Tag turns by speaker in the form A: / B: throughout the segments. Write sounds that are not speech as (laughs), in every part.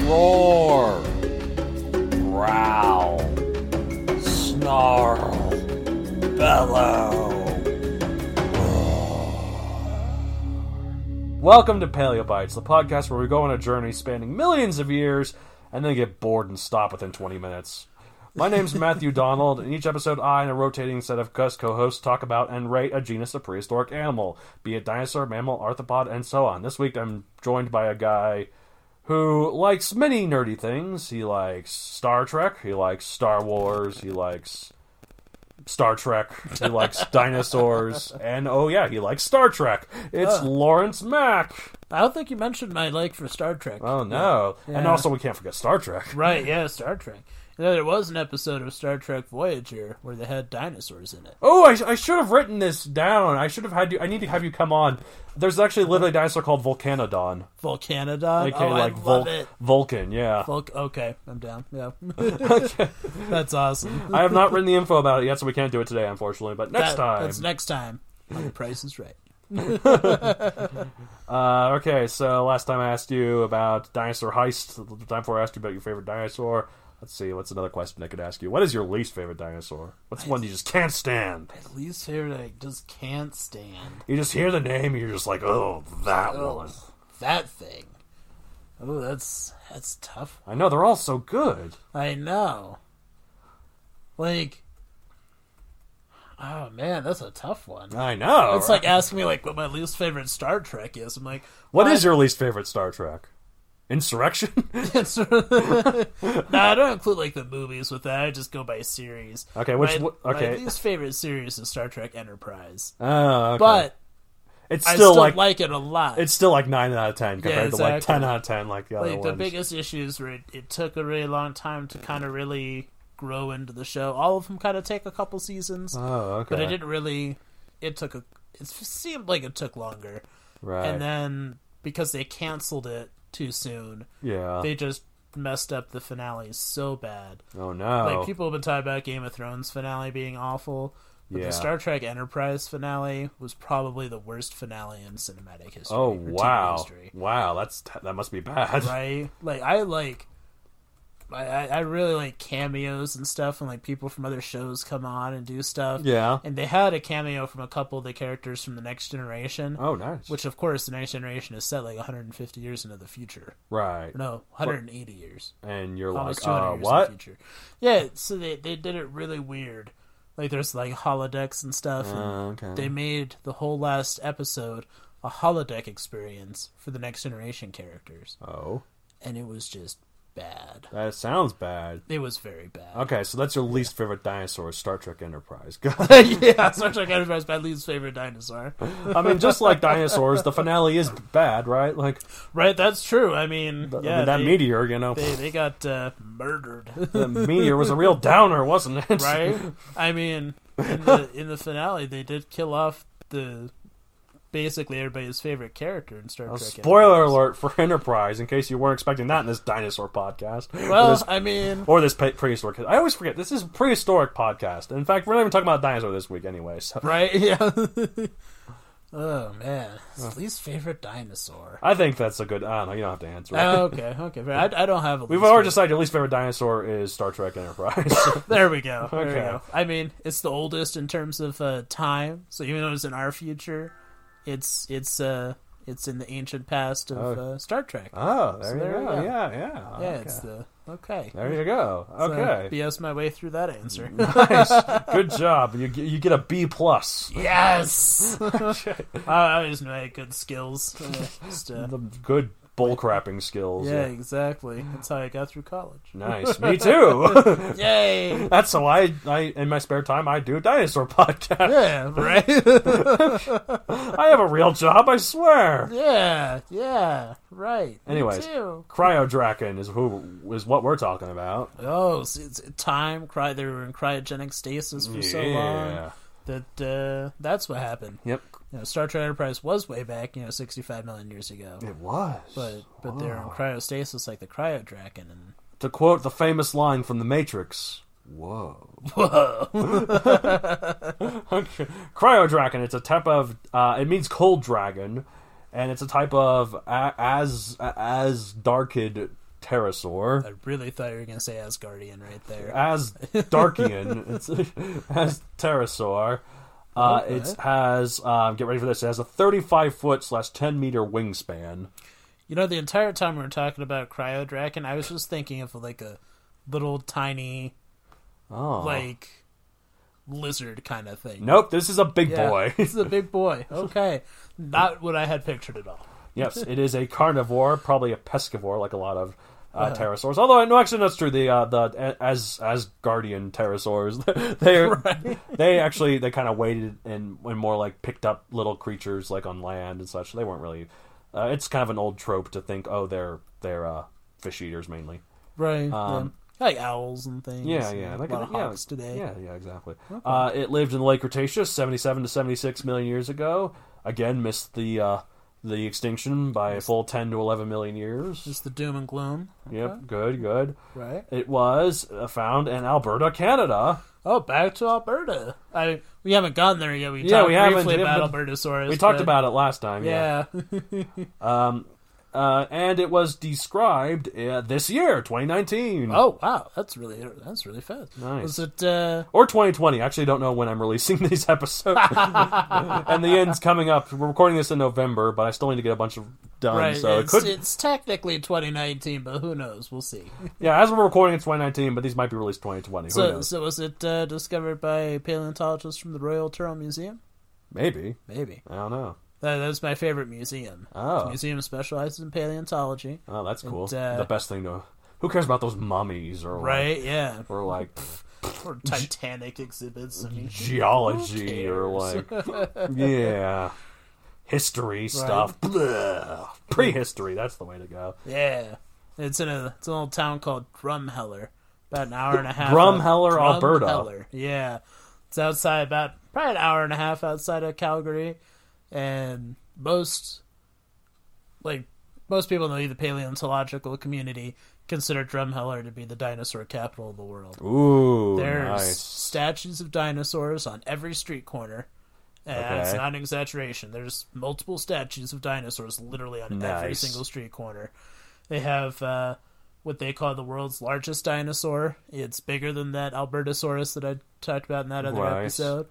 A: Roar. Growl. Snarl. Bellow. Welcome to Paleobites, the podcast where we go on a journey spanning millions of years and then get bored and stop within 20 minutes. My (laughs) name's Matthew Donald, and each episode I and a rotating set of Gus co hosts talk about and rate a genus of prehistoric animal, be it dinosaur, mammal, arthropod, and so on. This week I'm joined by a guy who likes many nerdy things. He likes Star Trek, he likes Star Wars, he likes Star Trek, he
B: (laughs)
A: likes dinosaurs, and oh yeah, he likes Star Trek. It's Lawrence Mack.
B: I don't think you mentioned my like for Star Trek.
A: Oh no. And also we can't forget Star Trek.
B: Right, yeah, Star Trek. You know, there was an episode of Star Trek Voyager where they had dinosaurs in it.
A: Oh, I, I should have written this down. I should have had you. I need to have you come on. There's actually literally a dinosaur called Volcanodon,
B: Volcanodon.
A: aka
B: oh,
A: like
B: I love
A: Vul-
B: it.
A: Vulcan.
B: (laughs)
A: Yeah,
B: Volc- okay, I'm down. Yeah. (laughs) That's awesome.
A: I have not written the info about it yet, so we can't do it today, unfortunately. But next
B: That-
A: time.
B: That's next time. On the price is right.
A: Uh, okay, so last time I asked you about dinosaur heist. The time before I asked you about your favorite dinosaur. Let's see, what's another question I could ask you? What is your least favorite dinosaur? What's one you just can't stand?
B: At least here I just can't stand
A: You just hear the name, and you're just like, oh, that one.
B: that thing. Oh, that's that's tough.
A: I know they're all so good.
B: I know. Like, oh man, that's a tough one.
A: I know.
B: It's like asking me like what my least favorite Star Trek is. I'm like,
A: What is your least favorite Star Trek? Insurrection?
B: (laughs)
A: (laughs)
B: it's- (laughs) no, I don't include like the movies with that. I just go by series.
A: Okay, which
B: my,
A: w- okay.
B: My least favorite series is Star Trek Enterprise,
A: oh, okay.
B: but
A: it's
B: I
A: still,
B: still
A: like,
B: like, it a lot.
A: it's still like nine out of ten compared to like
B: exactly.
A: ten out of ten, like the other
B: like the
A: ones.
B: biggest issues where it, it took a really long time to kind of really grow into the show. All of them kind of take a couple seasons.
A: oh, okay.
B: but it didn't really. It took a. It seemed like it took longer,
A: right.
B: and then because they canceled it too soon,
A: yeah.
B: they just messed up the finale so bad.
A: oh no.
B: Like people have been talking about Game of Thrones finale being awful, but
A: Yeah.
B: the Star Trek Enterprise finale was probably the worst finale in cinematic history.
A: oh
B: or TV
A: wow.
B: history.
A: Wow, that's that must be bad.
B: right? Like I like. I, I I really like cameos and stuff, and like people from other shows come on and do stuff.
A: Yeah.
B: And they had a cameo from a couple of the characters from the Next Generation,
A: (laughs) Oh nice.
B: which of course the Next Generation is set like 150 years into the future.
A: right.
B: No, 180 years,
A: And you're
B: almost
A: like,
B: 200
A: uh,
B: years
A: what?
B: in the future. Yeah. So they they did it really weird. Like there's like holodecks and stuff. and
A: Uh, okay.
B: They made the whole last episode a holodeck experience for the Next Generation characters
A: oh,
B: and it was just bad.
A: that sounds bad.
B: It was very bad.
A: Okay, so that's your least favorite dinosaur, Star Trek Enterprise. (laughs)
B: (laughs) yeah, Star Trek Enterprise my least favorite dinosaur.
A: I mean, just like dinosaurs, the finale is bad, right? Like,
B: Right, that's true. I mean,
A: I
B: yeah,
A: mean, that
B: they,
A: meteor, you know, (laughs)
B: they they got uh, murdered, (laughs)
A: the meteor was a real downer, wasn't it? (laughs)
B: right? I mean, in the in the finale, they did kill off the basically everybody's favorite character in Star
A: A
B: Trek.
A: Oh, Spoiler
B: Enterprise.
A: alert for (laughs) Enterprise, in case you weren't expecting that in this dinosaur podcast. or
B: Well,
A: this-
B: I mean,
A: (laughs) or this pre- prehistoric. I always forget this is a prehistoric podcast. In fact, we're not even talking about dinosaur this week anyway. So (laughs)
B: right? Yeah. (laughs) oh man, His least
A: (laughs)
B: favorite dinosaur.
A: I think that's a good. I don't know. You don't have to answer. it.
B: Oh, okay, okay. fair. I, I don't have a.
A: We've
B: least
A: already
B: favorite.
A: decided your least favorite dinosaur is Star Trek Enterprise.
B: There we go. There we
A: Okay.
B: go. I mean, it's the oldest in terms of uh, time. So even though it's in our future, it's it's uh It's in the ancient past of
A: Oh.
B: uh, Star Trek.
A: (laughs) Oh, there
B: So
A: you
B: there
A: go.
B: we go.
A: Yeah, yeah.
B: yeah,
A: okay.
B: it's the okay.
A: There you go.
B: So
A: Okay.
B: BS my way through that answer.
A: nice. (laughs) Good job. You get, you get a B plus.
B: (laughs) yes. (laughs) I always knew I had good (laughs) skills. Uh, just, uh,
A: The good bull crapping skills.
B: yeah, exactly. That's how I got through college.
A: Nice. Me too.
B: (laughs)
A: (laughs)
B: Yay!
A: That's how I, I in my spare time I do dinosaur (laughs) podcast.
B: (laughs) Yeah, right.
A: I have a real job, I swear.
B: yeah, yeah, right. Me
A: Anyways,
B: too.
A: Cryodraken is who is what we're talking about.
B: Oh, it's, it's time. Cry. They were in cryogenic stasis for so long
A: Yeah.
B: that uh, that's what happened.
A: Yep.
B: You know, Star Trek Enterprise was way back, you know, sixty-five million years ago.
A: It was.
B: But but they're in cryostasis like the cryodraken, and
A: To quote the famous line from The Matrix. Whoa.
B: whoa,
A: Okay. Cryodraken. It's a type of. Uh, it means cold dragon, and it's a type of a- as as darkid pterosaur.
B: I really thought you were gonna say Asgardian right there.
A: As Darkian, it's as pterosaur. Uh, It has um, get ready for this. It has a 35 foot slash 10 meter wingspan.
B: You know, the entire time we were talking about cryodraken, I was just thinking of like a little tiny,
A: Oh,
B: like lizard kind of thing.
A: nope, this is a big
B: Yeah, (laughs)
A: boy. (laughs)
B: this is a big boy. Okay, not what I had pictured at all.
A: yes, it is a carnivore, probably a pescivore, like a lot of
B: Uh-huh.
A: uh, pterosaurs. Although, no, actually, that's true. The uh, the as as guardian pterosaurs, (laughs) they
B: (laughs)
A: they actually they kind of waited and and more like picked up little creatures like on land and such. They weren't really. Uh, it's kind of an old trope to think, oh, they're they're uh, fish eaters mainly.
B: Right. yeah. Like owls and things.
A: Um, Yeah,
B: and
A: yeah,
B: A
A: like
B: lot of
A: yeah,
B: hawks today.
A: Yeah, yeah, exactly. Uh, it lived in the late Cretaceous, seventy-seven to seventy-six million years ago. Again, missed the uh, the extinction by a full ten to eleven million years.
B: Just the doom and gloom.
A: Yep, good, good.
B: Right.
A: It was uh, found in Alberta, Canada.
B: Oh, back to Alberta. I we haven't gone there yet. We
A: Yeah,
B: talked
A: we haven't-
B: briefly
A: we
B: about
A: haven't-
B: Albertosaurus.
A: We talked
B: but-
A: about it last time. Yeah,
B: Yeah. (laughs)
A: Uh, and it was described uh, this year, twenty nineteen.
B: oh wow, that's really that's really fast.
A: Hmm. Nice.
B: Was it? Uh,
A: Or 2020. I actually don't know when I'm releasing (laughs) these episodes.
B: (laughs)
A: and the end's coming up. We're recording this in November, but I still need to get a bunch of done.
B: right.
A: Um, so it
B: it's,
A: could
B: it's technically 2019, but who knows? We'll see.
A: Yeah, as we're recording, it's 2019, but these might be released 2020. Who
B: so
A: knows?
B: so was it uh, discovered by a paleontologist from the Royal Turtle Museum?
A: Maybe.
B: Maybe.
A: I don't know.
B: That, that's my favorite museum.
A: Oh.
B: The museum specializes in paleontology.
A: Oh, that's cool.
B: And, uh,
A: the best thing to. Who cares about those mummies or like, (laughs)
B: Right, yeah.
A: or like
B: Or Titanic exhibits. I mean,
A: (laughs) geology or like
B: (laughs)
A: yeah, history stuff. Blah. Prehistory. That's the way to go.
B: yeah. It's in a it's an old town called Drumheller. About an hour and a half.
A: Drumheller, Alberta.
B: Drumheller, Yeah. It's outside about probably an hour and a half outside of Calgary. And most like most people know the paleontological community consider Drumheller to be the dinosaur capital of the world.
A: Ooh,
B: There's
A: nice.
B: statues of dinosaurs on every street corner. And It's
A: Okay.
B: not an exaggeration. There's multiple statues of dinosaurs literally on every
A: Nice.
B: single street corner. They have uh, what they call the world's largest dinosaur. It's bigger than that Albertosaurus that I talked about in that other
A: Right.
B: episode.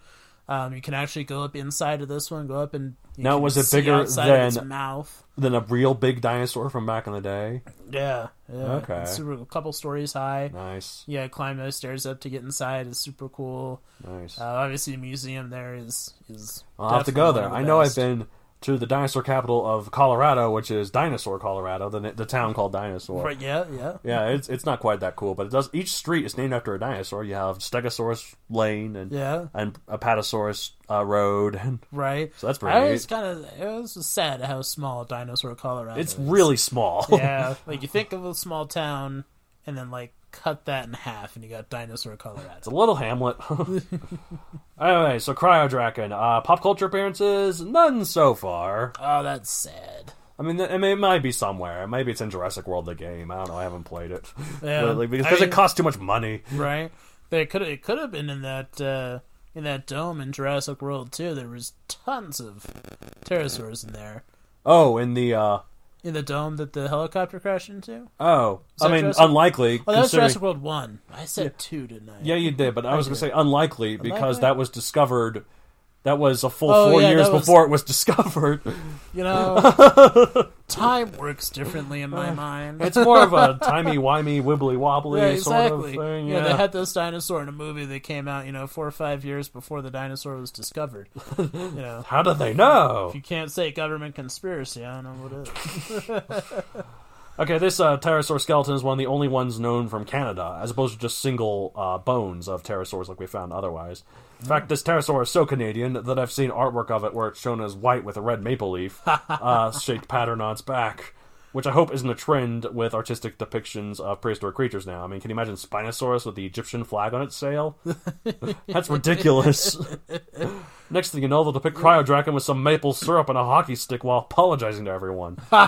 B: Um, you can actually go up inside of this one, go up and you
A: Now,
B: can
A: was it
B: see
A: bigger
B: outside of its
A: than-
B: mouth?
A: Than a real big dinosaur from back in the day.
B: Yeah, yeah.
A: Okay.
B: It's super, a couple stories high.
A: Nice,
B: Yeah, climb those stairs up to get inside is super cool.
A: nice.
B: Uh, obviously, the museum there is is.
A: I'll have to
B: definitely
A: go
B: one
A: there.
B: of the
A: I know I've
B: best.
A: been to the dinosaur capital of Colorado, which is Dinosaur, Colorado, the the town called Dinosaur.
B: Right? Yeah, yeah.
A: Yeah, it's it's not quite that cool, but it does. Each street is named after a dinosaur. You have Stegosaurus Lane and
B: Yeah.
A: and Apatosaurus uh, Road, and
B: Right.
A: So that's pretty
B: I was
A: neat.
B: kind of it was just sad how small Dinosaur Colorado.
A: it's
B: is.
A: really small.
B: yeah. Like you think of a small town, and then like cut that in half, and you got
A: (laughs)
B: Dinosaur
A: it's a
B: Colorado.
A: little Hamlet. (laughs) anyway, so Cryodraken, uh, pop culture appearances, none so far.
B: Oh, that's sad.
A: I mean, th- I mean, it might be somewhere. Maybe it's in Jurassic World, the game. I don't know. I haven't played it, (laughs)
B: Yeah.
A: But, like, because
B: I
A: 'cause
B: mean-
A: it costs too much money.
B: Right. They could it could have been in that uh, in that dome in Jurassic World too. There was tons of pterosaurs in there.
A: Oh, in the uh,
B: In the dome that the helicopter crashed into?
A: oh, I
B: that
A: mean,
B: Jurassic-
A: unlikely.
B: Oh, that was
A: considering-
B: Jurassic World 1. I said 2, didn't I?
A: Yeah, you did, but I was going to say unlikely because
B: Unlikely?
A: that was discovered. That was a full
B: Oh,
A: four
B: yeah,
A: years
B: that was-
A: before it was (laughs) discovered.
B: You know,
A: (laughs)
B: time works differently in my mind.
A: Uh, It's more of (laughs) a timey wimey, wibbly wobbly
B: yeah,
A: sort of
B: exactly.
A: thing.
B: yeah.
A: Yeah,
B: they had this dinosaur in a movie that came out, you know, four or five years before the dinosaur was discovered.
A: (laughs)
B: You know,
A: How do they know?
B: if you can't say government conspiracy, I don't know what
A: (laughs)
B: it is.
A: Okay, this uh, pterosaur skeleton is one of the only ones known from Canada, as opposed to just single uh, bones of pterosaurs like we found otherwise. In fact, this pterosaur is so Canadian that I've seen artwork of it where it's shown as white with a red maple leaf uh, shaped pattern on its back, which I hope isn't a trend with artistic depictions of prehistoric creatures now. I mean, can you imagine Spinosaurus with the Egyptian flag on its sail? That's ridiculous. Next thing you know, they'll depict Cryodraken with some maple syrup and a hockey stick while apologizing to everyone.
B: Or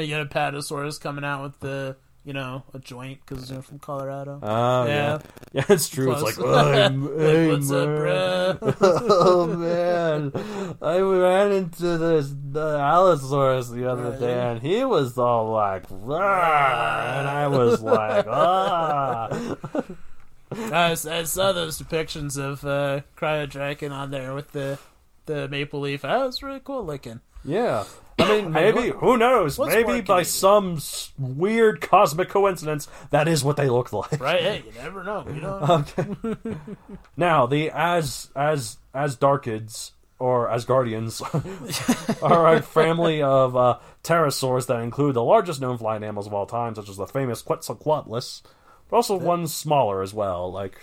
B: you get a patasaurus coming out with the, you know, a joint because they're from Colorado.
A: Oh,
B: yeah.
A: (laughs) Yeah, it's true.
B: Close.
A: It's like,
B: (laughs)
A: I'm,
B: Like, what's up, bruh?
A: (laughs) oh man, I ran into this the Allosaurus the other day, and he was all like, "Rah," and I
B: (laughs)
A: was like, ah.
B: I, s- I saw those depictions of uh, Cryodraken on there with the the maple leaf. That was really cool looking.
A: Yeah. I mean, maybe who knows?
B: what's
A: Maybe
B: working
A: by
B: here?
A: some s- weird cosmic coincidence, that is what they look like.
B: Right? Hey, you never know.
A: (laughs)
B: You know.
A: Now the as as as darkids or as
B: (laughs)
A: guardians are a family of uh, pterosaurs that include the largest known flying animals of all time, such as the famous Quetzalcoatlus, but also ones smaller as well, like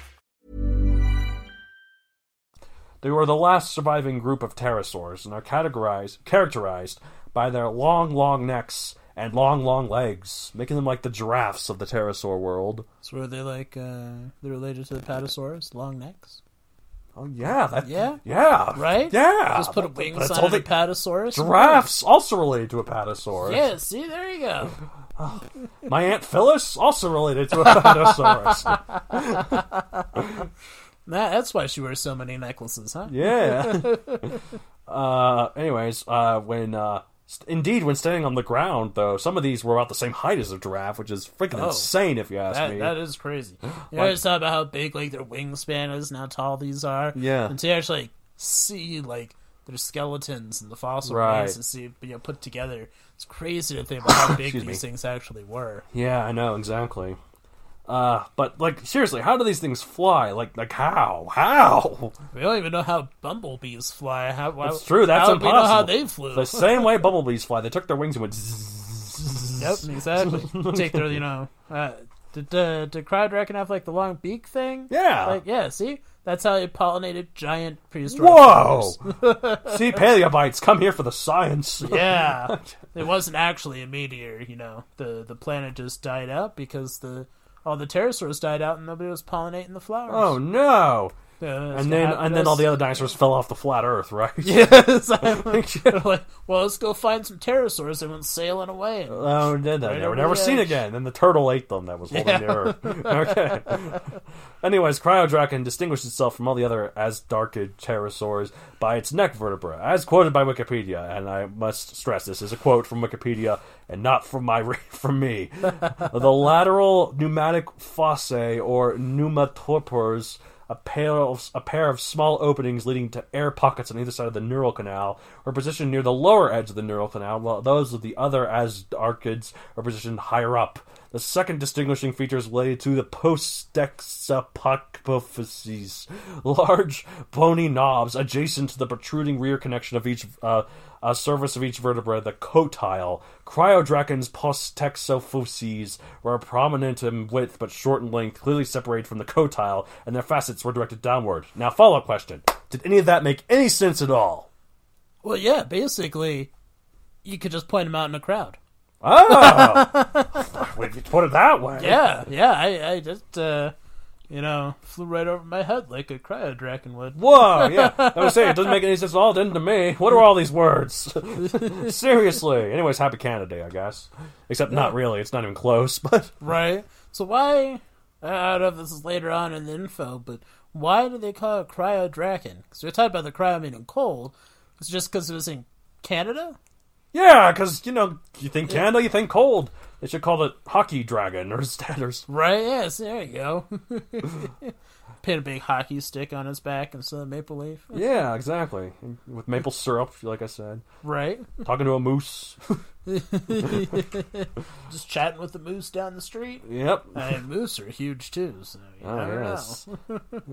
A: They were the last surviving group of pterosaurs and are categorized, characterized by their long, long necks and long, long legs, making them like the giraffes of the pterosaur world.
B: So were they like uh, they're related to the patasaurus, long necks,
A: Oh yeah, that,
B: Yeah?
A: yeah,
B: right?
A: yeah.
B: Just put a
A: That-
B: wings
A: that's
B: on
A: all
B: the
A: they-
B: patasaurus.
A: Giraffes also related to a patasaurus.
B: Yeah. See, there you go.
A: My aunt Phyllis also related to a patasaurus.
B: (laughs) That, that's why she wears so many necklaces, huh?
A: yeah. Uh, anyways, uh, when uh, st- indeed when standing on the ground, though, some of these were about the same height as a giraffe, which is freaking
B: Oh.
A: insane if you ask
B: That,
A: me.
B: that is
A: (gasps)
B: crazy. You always talk about how big like their wingspan is and how tall these are.
A: Yeah.
B: Until you actually see like their skeletons and the fossil
A: Right.
B: remains and see you know, put together. It's crazy to think about how big
A: (coughs) Excuse
B: these
A: me.
B: things actually were.
A: Yeah, I know exactly. Uh, but like seriously, how do these things fly? Like, like how? How?
B: We don't even know how bumblebees fly. How, why,
A: It's true. That's
B: how do
A: impossible.
B: We know how they flew.
A: The same way bumblebees fly. They took their wings and went. zzzz.
B: Yep, (laughs) exactly. Take their, you know, uh, did uh, did Cryodraken have like the long beak thing?
A: Yeah.
B: like yeah. See, that's how they pollinated giant prehistoric.
A: Whoa!
B: flowers.
A: (laughs) See, paleobites, come here for the science.
B: Yeah, it wasn't actually a meteor. You know, the the planet just died out because the all the pterosaurs died out and nobody was pollinating the flowers.
A: (laughs)
B: (laughs)
A: Oh no!
B: Uh, it's
A: and
B: gonna
A: then
B: happen
A: and
B: to
A: then all
B: us.
A: the other dinosaurs fell off the flat Earth,
B: (laughs)
A: right?
B: Yes, I'm like, like, well, let's go find some pterosaurs. They went sailing away. And
A: (laughs) Oh, and then they,
B: Right
A: were
B: over
A: never
B: the
A: seen
B: edge.
A: again. Then the turtle ate them. That was holding the
B: (laughs)
A: Earth. (laughs) Okay. Anyways, Cryodraken distinguished itself from all the other Asdarkid pterosaurs by its neck vertebra, as quoted by Wikipedia. And I must stress this is a quote from Wikipedia and not from my (laughs) re- from
B: (laughs)
A: me. the lateral pneumatic fossae or pneumatorpors. A pair, of, a pair of small openings leading to air pockets on either side of the neural canal were positioned near the lower edge of the neural canal, while those of the other asdarchids are positioned higher up. The second distinguishing feature is related to the postexapophyses, large bony knobs adjacent to the protruding rear connection of each uh, uh, surface of each vertebra, the cotyle. Cryodrachon's postexophyses were prominent in width but short in length, clearly separated from the cotyle, and their facets were directed downward. Now, follow up question Did any of that make any sense at all?
B: Well, yeah, basically, you could just point them out in a crowd.
A: Oh! if you put it that way.
B: (laughs) Yeah, yeah, I, I just, uh, you know, flew right over my head like a cryodragon would.
A: Whoa, yeah. I was saying, it doesn't make any sense at all, didn't to me. What are all these words? (laughs) Seriously. Anyways, happy Canada Day, I guess. Except not really, it's not even close, (laughs) but.
B: Right? So why, I don't know if this is later on in the info, but why do they call it cryodragon? Because we are talking about the cryo meaning cold. It's just because it was in Canada?
A: Yeah, because, you know, you think Canada, you think cold. They should call it Hockey Dragon or (laughs) Statters.
B: Right, yes, there you go. (laughs) Pin a big hockey stick on his back instead of maple leaf.
A: Yeah, exactly. With maple syrup, like I said.
B: Right?
A: Talking to a
B: (laughs)
A: moose.
B: Just chatting with the moose down the (laughs) street.
A: yep.
B: And moose are huge too, so you
A: Oh,
B: never (laughs)
A: yes.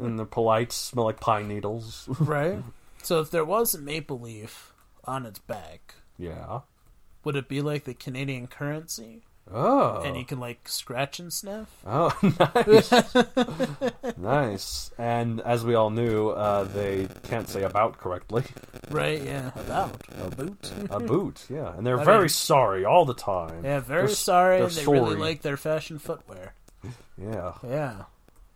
A: and they're polite, smell like pine needles. (laughs)
B: know. Right?
A: Mm-hmm.
B: So if there was a maple leaf on its back,
A: yeah.
B: would it be like the Canadian currency?
A: Oh.
B: And you can like scratch and sniff?
A: Oh, (laughs) nice. nice. And as we all knew, uh, they can't say about correctly.
B: Right, yeah. About a boot.
A: A boot, yeah. And they're very
B: mean-
A: sorry all the time.
B: Yeah, very
A: They're s-
B: sorry.
A: they're
B: and They really
A: sorry.
B: like their fashion footwear.
A: Yeah.
B: Yeah.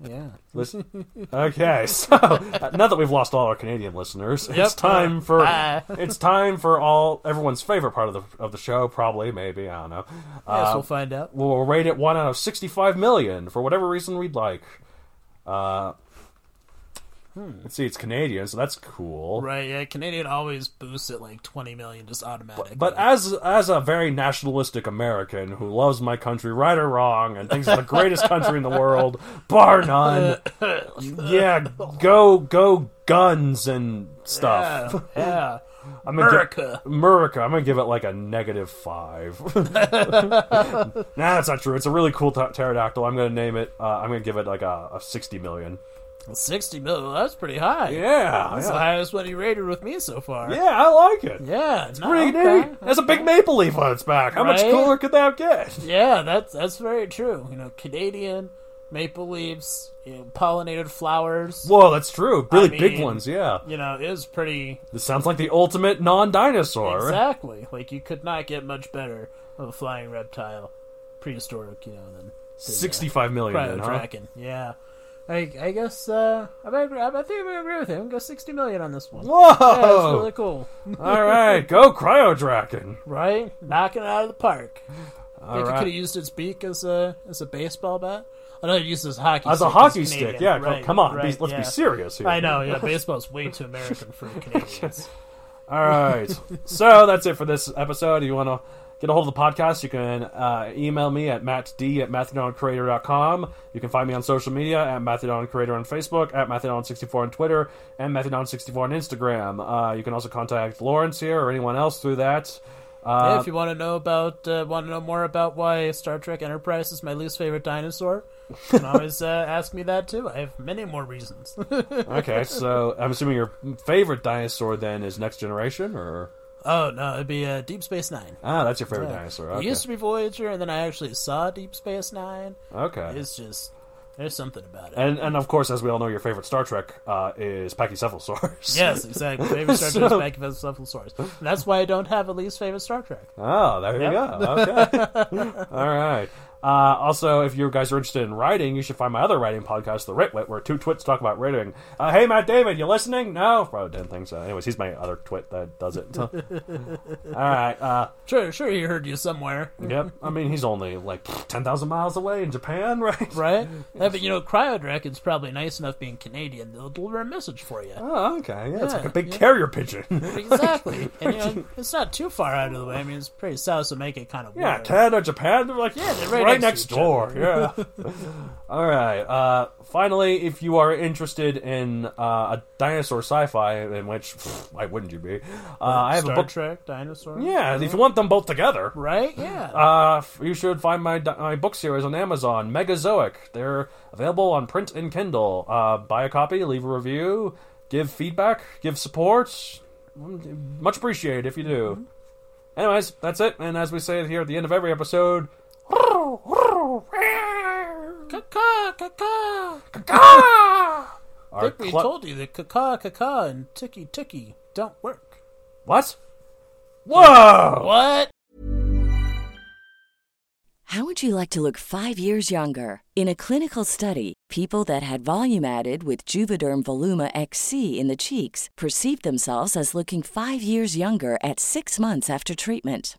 B: Yeah. (laughs)
A: Listen. Okay, so uh, now that we've lost all our Canadian listeners, it's
B: Yep.
A: time for
B: Bye. (laughs)
A: it's time for all everyone's favorite part of the of the show, probably, maybe, I don't know.
B: Yes,
A: Uh,
B: we'll find out.
A: we'll rate it one out of sixty-five million for whatever reason we'd like. Uh,
B: Hmm.
A: Let's see, it's Canadian, so that's cool.
B: Right, yeah, Canadian always boosts at like twenty million just automatically.
A: But as as a very nationalistic American who loves my country right or wrong and thinks it's the greatest country in the world, bar none. Yeah, go go guns and (laughs) stuff.
B: yeah,
A: I'm gonna gi-
B: America.
A: America. I'm gonna give it like a negative
B: (laughs)
A: five. nah, that's not true. It's a really cool t- pterodactyl. I'm gonna name it. Uh, I'm gonna give it like a, a sixty million.
B: Sixty million, well, that's pretty high.
A: Yeah,
B: that's the
A: yeah.
B: highest one you rated with me so far.
A: yeah, I like it.
B: yeah, it's
A: Pretty neat. That's a big maple leaf on its back. How much
B: Right?
A: cooler could that get?
B: Yeah, that's that's very true. You know, Canadian maple leaves, you know, pollinated flowers.
A: Whoa, that's true. Really big
B: mean-
A: ones, yeah.
B: You know, is pretty
A: This sounds like the ultimate non-dinosaur.
B: exactly like you could not get much better of a flying reptile, prehistoric. You know, than
A: Sixty-five million, then, huh?
B: Cryodragon. Yeah. I, I guess uh, I, might agree, I think I'm gonna agree with him. Go sixty million on this one.
A: Whoa!
B: Yeah, that's really cool, (laughs)
A: All right, go Cryodragon.
B: right? Knocking it out of
A: (laughs)
B: the park. I think
A: right.
B: it could have used its beak as a as a baseball bat. I know it used as hockey
A: As
B: stick,
A: a
B: 'cause
A: hockey
B: it's
A: stick,
B: Canadian.
A: yeah. co-
B: Right,
A: come on,
B: right,
A: be- let's
B: yeah.
A: be serious here.
B: I know, yeah. Baseball's way too American
A: (laughs)
B: for Canadians.
A: All
B: (laughs)
A: right, so that's it for this episode. If you want to get a hold of the podcast, you can uh, email me at mattd at matthedoncreator.com. You can find me on social media at matthedoncreator on Facebook, at matthedon64 on Twitter, and matthedon64 on Instagram. Uh, you can also contact Lawrence here or anyone else through that. Uh,
B: Yeah, if you want to know about uh, want to know more about why Star Trek Enterprise is my least favorite dinosaur, you can always
A: (laughs)
B: uh, ask me that too. I have many more reasons. (laughs)
A: Okay, so I'm assuming your favorite dinosaur then is Next Generation, or
B: oh no, it'd be uh, Deep Space Nine.
A: ah, that's your favorite dinosaur.
B: It
A: Okay,
B: used to be Voyager, and then I actually saw Deep Space Nine.
A: okay.
B: It's just there's something about it.
A: and and of course, as we all know, your favorite Star Trek uh, is Pachycephalosaurus.
B: yes, exactly. Favorite Star Trek is back of Self Source. And that's why I don't have a least favorite Star Trek.
A: (laughs) Oh, there you go.
B: (laughs)
A: Okay. all right. Uh, also, if you guys are interested in writing, you should find my other writing podcast, The Ritwit, where two twits talk about writing. Uh, hey, Matt David, you listening? No, probably didn't think so. Anyways, he's my other twit that does it. (laughs) all right. Uh,
B: Sure, sure, he heard you somewhere,
A: yep. I mean, he's only like ten thousand miles away in Japan, (laughs) right?
B: right? yeah, but you know, Cryodragon's probably nice enough being Canadian. They'll deliver a message for you.
A: Oh, okay. Yeah, it's like a
B: Yeah,
A: big carrier pigeon. (laughs)
B: Exactly. and you know, it's not too far out of the way. I mean, it's pretty south, so make it kind of
A: yeah,
B: weird.
A: Canada, Japan, they're like,
B: Yeah, they're right,
A: right next
B: next to each
A: door. Yeah.
B: (laughs)
A: (laughs) All right. Uh, finally, if you are interested in uh, a dinosaur sci-fi, in which pff, why wouldn't you be? Uh, I have
B: Star
A: a book.
B: Trek, dinosaur.
A: Yeah, if you want them both together,
B: Right? Yeah.
A: uh, f- you should find my di- my book series on Amazon, Megazoic. They're available on print and Kindle. Uh, buy a copy, leave a review, give feedback, give support. Mm, Much appreciated if you do. Anyways, that's it. And as we say here at the end of every episode,
B: Caca, caca.
A: our
B: Look, we
A: cla-
B: told you that caca, caca, and ticky, ticky don't work.
A: what? Whoa!
B: What?
C: How would you like to look five years younger? In a clinical study, people that had volume added with Juvederm Voluma XC in the cheeks perceived themselves as looking five years younger at six months after treatment.